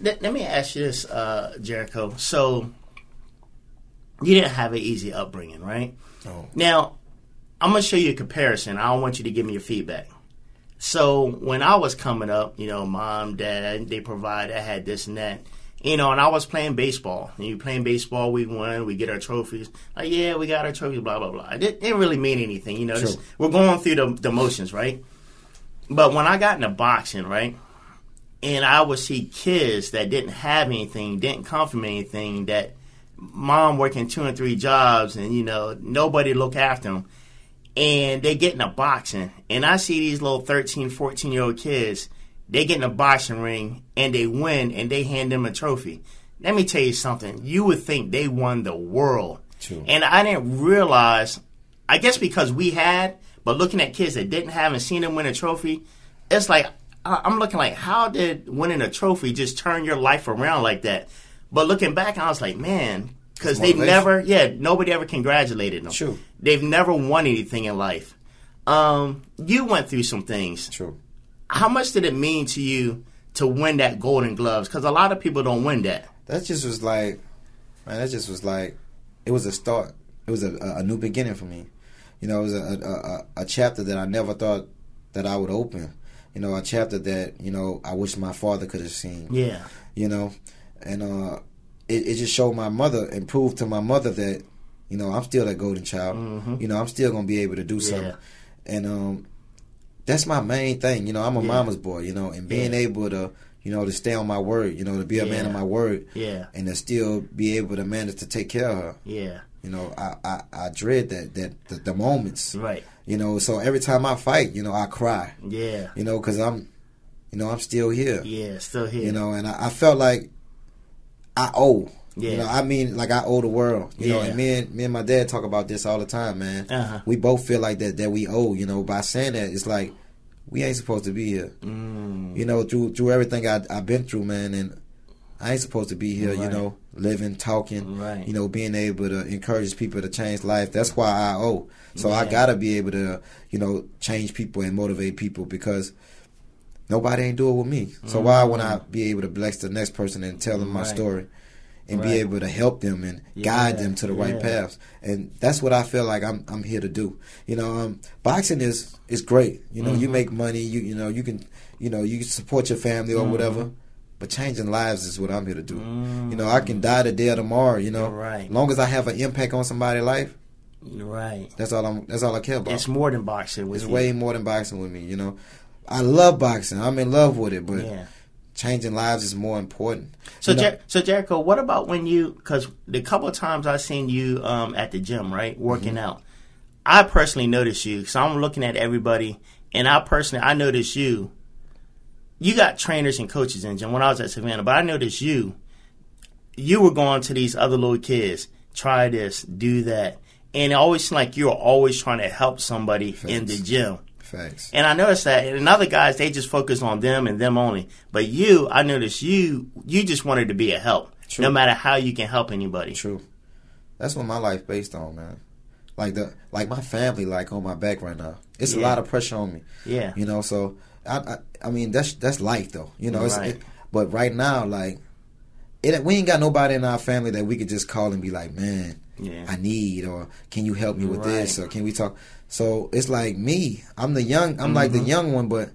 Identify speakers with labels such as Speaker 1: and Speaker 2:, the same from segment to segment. Speaker 1: Let, let me ask you this, uh, Jericho. So you didn't have an easy upbringing, right?
Speaker 2: No.
Speaker 1: Now I'm gonna show you a comparison. I don't want you to give me your feedback. So when I was coming up, you know, mom, dad, they provided. I had this and that, you know, and I was playing baseball. And you playing baseball, we won, we get our trophies. Like, yeah, we got our trophies, blah blah blah. It didn't- didn't really mean anything, you know. just-
Speaker 2: Sure.
Speaker 1: we're going through the, the motions, right? But when I got into boxing, right, and I would see kids that didn't have anything, didn't come from anything, that mom working two and three jobs, and you know nobody look after them and they get in a boxing and i see these little 13 14 year old kids they get in a boxing ring and they win and they hand them a trophy let me tell you something you would think they won the world
Speaker 2: True.
Speaker 1: and i didn't realize i guess because we had but looking at kids that didn't have and seen them win a trophy it's like I- i'm looking like how did winning a trophy just turn your life around like that but looking back i was like man because they
Speaker 2: Motivation.
Speaker 1: never yeah nobody ever congratulated them
Speaker 2: True.
Speaker 1: They've never won anything in life. Um, you went through some things.
Speaker 2: True.
Speaker 1: How much did it mean to you to win that Golden Gloves? Because a lot of people don't win that.
Speaker 2: That just was like, man. That just was like, it was a start. It was a, a, a new beginning for me. You know, it was a, a, a, a chapter that I never thought that I would open. You know, a chapter that you know I wish my father could have seen.
Speaker 1: Yeah,
Speaker 2: you know, and uh, it, it just showed my mother and proved to my mother that you know I'm still that golden child.
Speaker 1: Mm-hmm.
Speaker 2: You know, I'm still gonna be able to do something, and um, that's my main thing. You know, I'm a
Speaker 1: Yeah.
Speaker 2: mama's boy. You know, and being
Speaker 1: Yeah.
Speaker 2: able to you know to stay on my word. You know, to be a man
Speaker 1: Yeah.
Speaker 2: of my word,
Speaker 1: yeah,
Speaker 2: and to still be able to manage to take care of her.
Speaker 1: yeah.
Speaker 2: You know, I I, I dread that that the, the moments.
Speaker 1: Right.
Speaker 2: You know, so every time I fight, you know, I cry.
Speaker 1: Yeah,
Speaker 2: You know, because I'm, you know, I'm still here
Speaker 1: yeah. Still here.
Speaker 2: you know and I, I felt like i owe
Speaker 1: Yeah.
Speaker 2: you know i mean like i owe the world you know
Speaker 1: Yeah.
Speaker 2: and me and me and my dad talk about this all the time man
Speaker 1: Uh-huh.
Speaker 2: we both feel like that that we owe you know by saying that it's like we ain't supposed to be here
Speaker 1: Mm,
Speaker 2: you know through through everything I, i've been through man and i ain't supposed to be here you
Speaker 1: Right.
Speaker 2: know living talking
Speaker 1: Right.
Speaker 2: you know being able to encourage people to change life that's why i owe so i
Speaker 1: Yeah.
Speaker 2: gotta be able to you know change people and motivate people because nobody ain't do it with me so why would i be able to bless the next person and tell them my
Speaker 1: Mm-hmm. Right.
Speaker 2: story and be
Speaker 1: Right.
Speaker 2: able to help them and guide
Speaker 1: Yeah,
Speaker 2: them to the right
Speaker 1: yeah.
Speaker 2: paths and that's what i feel like i'm, I'm here to do you know um, boxing is is great you know
Speaker 1: Mm-hmm.
Speaker 2: you make money you you know you can you know you can support your family
Speaker 1: Mm-hmm.
Speaker 2: or whatever but changing lives is what i'm here to do you know i can die today or tomorrow you know
Speaker 1: You're right.
Speaker 2: long as i have an impact on somebody's life
Speaker 1: right.
Speaker 2: that's all i'm that's all i care about
Speaker 1: It's more than boxing. With
Speaker 2: it's
Speaker 1: you.
Speaker 2: way more than boxing with me you know i love boxing i'm in love with it but
Speaker 1: Yeah.
Speaker 2: changing lives is more important
Speaker 1: So,
Speaker 2: You know-
Speaker 1: Jer- so Jericho, what about when you? Because the couple of times I seen you um, at the gym, right, working
Speaker 2: Mm-hmm.
Speaker 1: out, I personally noticed you because I'm looking at everybody, and I personally I noticed you. You got trainers and coaches in the gym when I was at Savannah, but I noticed you. You were going to these other little kids, try this, do that, and it always seemed like you were always trying to help somebody in the
Speaker 2: Facts.
Speaker 1: gym.
Speaker 2: facts
Speaker 1: And I noticed that, and other guys, they just focus on them and them only. But you, I noticed you, you just wanted to be a help,
Speaker 2: True.
Speaker 1: no matter how you can help anybody.
Speaker 2: True. That's what my life based on, man. Like the like my family like on my back right now. It's a
Speaker 1: Yeah.
Speaker 2: lot of pressure on me.
Speaker 1: Yeah.
Speaker 2: You know, so I I, I mean that's that's life though. You know, it's,
Speaker 1: Right.
Speaker 2: it, but right now like it, we ain't got nobody in our family that we could just call and be like, man,
Speaker 1: Yeah.
Speaker 2: I need or can you help me with
Speaker 1: Right.
Speaker 2: this or can we talk? So it's like me. I'm the young. I'm like the young one, but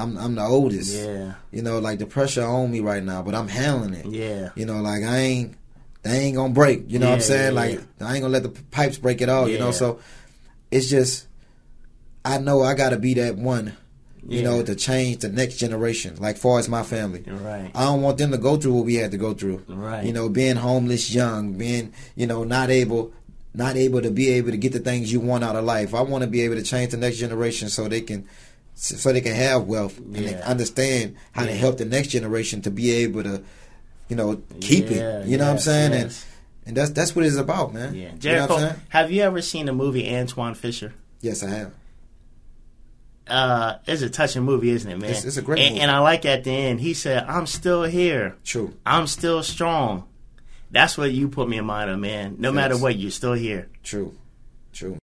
Speaker 2: I'm I'm the oldest.
Speaker 1: Mm-hmm. Yeah.
Speaker 2: You know, like the pressure on me right now, but I'm handling it.
Speaker 1: Yeah.
Speaker 2: You know, like I ain't they ain't gonna break. You know what I'm
Speaker 1: Yeah,
Speaker 2: saying?
Speaker 1: yeah,
Speaker 2: like I ain't gonna let the p- pipes break at all. You know,
Speaker 1: Yeah.
Speaker 2: so it's just I know I gotta be that one. You
Speaker 1: Yeah.
Speaker 2: know, to change the next generation. Like far as my family,
Speaker 1: You're right.
Speaker 2: I don't want them to go through what we had to go through.
Speaker 1: Right.
Speaker 2: You know, being homeless, young, being you know not able. Not able to be able to get the things you want out of life. I want to be able to change the next generation so they can, so they can have wealth and they
Speaker 1: Yeah.
Speaker 2: understand how to
Speaker 1: Yeah.
Speaker 2: help the next generation to be able to you know, keep
Speaker 1: Yeah,
Speaker 2: it. You know what I'm
Speaker 1: yes,
Speaker 2: saying?
Speaker 1: yes.
Speaker 2: And and that's that's what it's about, man.
Speaker 1: Yeah.
Speaker 2: You know what
Speaker 1: Jericho,
Speaker 2: I'm saying?
Speaker 1: have you ever seen the movie Antoine Fisher?
Speaker 2: Yes, I have.
Speaker 1: Uh, it's a touching movie, isn't it, man?
Speaker 2: It's- it's a great
Speaker 1: and,
Speaker 2: movie.
Speaker 1: And I like at the end, he said, "I'm still here.
Speaker 2: True.
Speaker 1: I'm still strong." That's what you put me in mind of, man. No matter
Speaker 2: Yes.
Speaker 1: what, you're still here.
Speaker 2: True. True.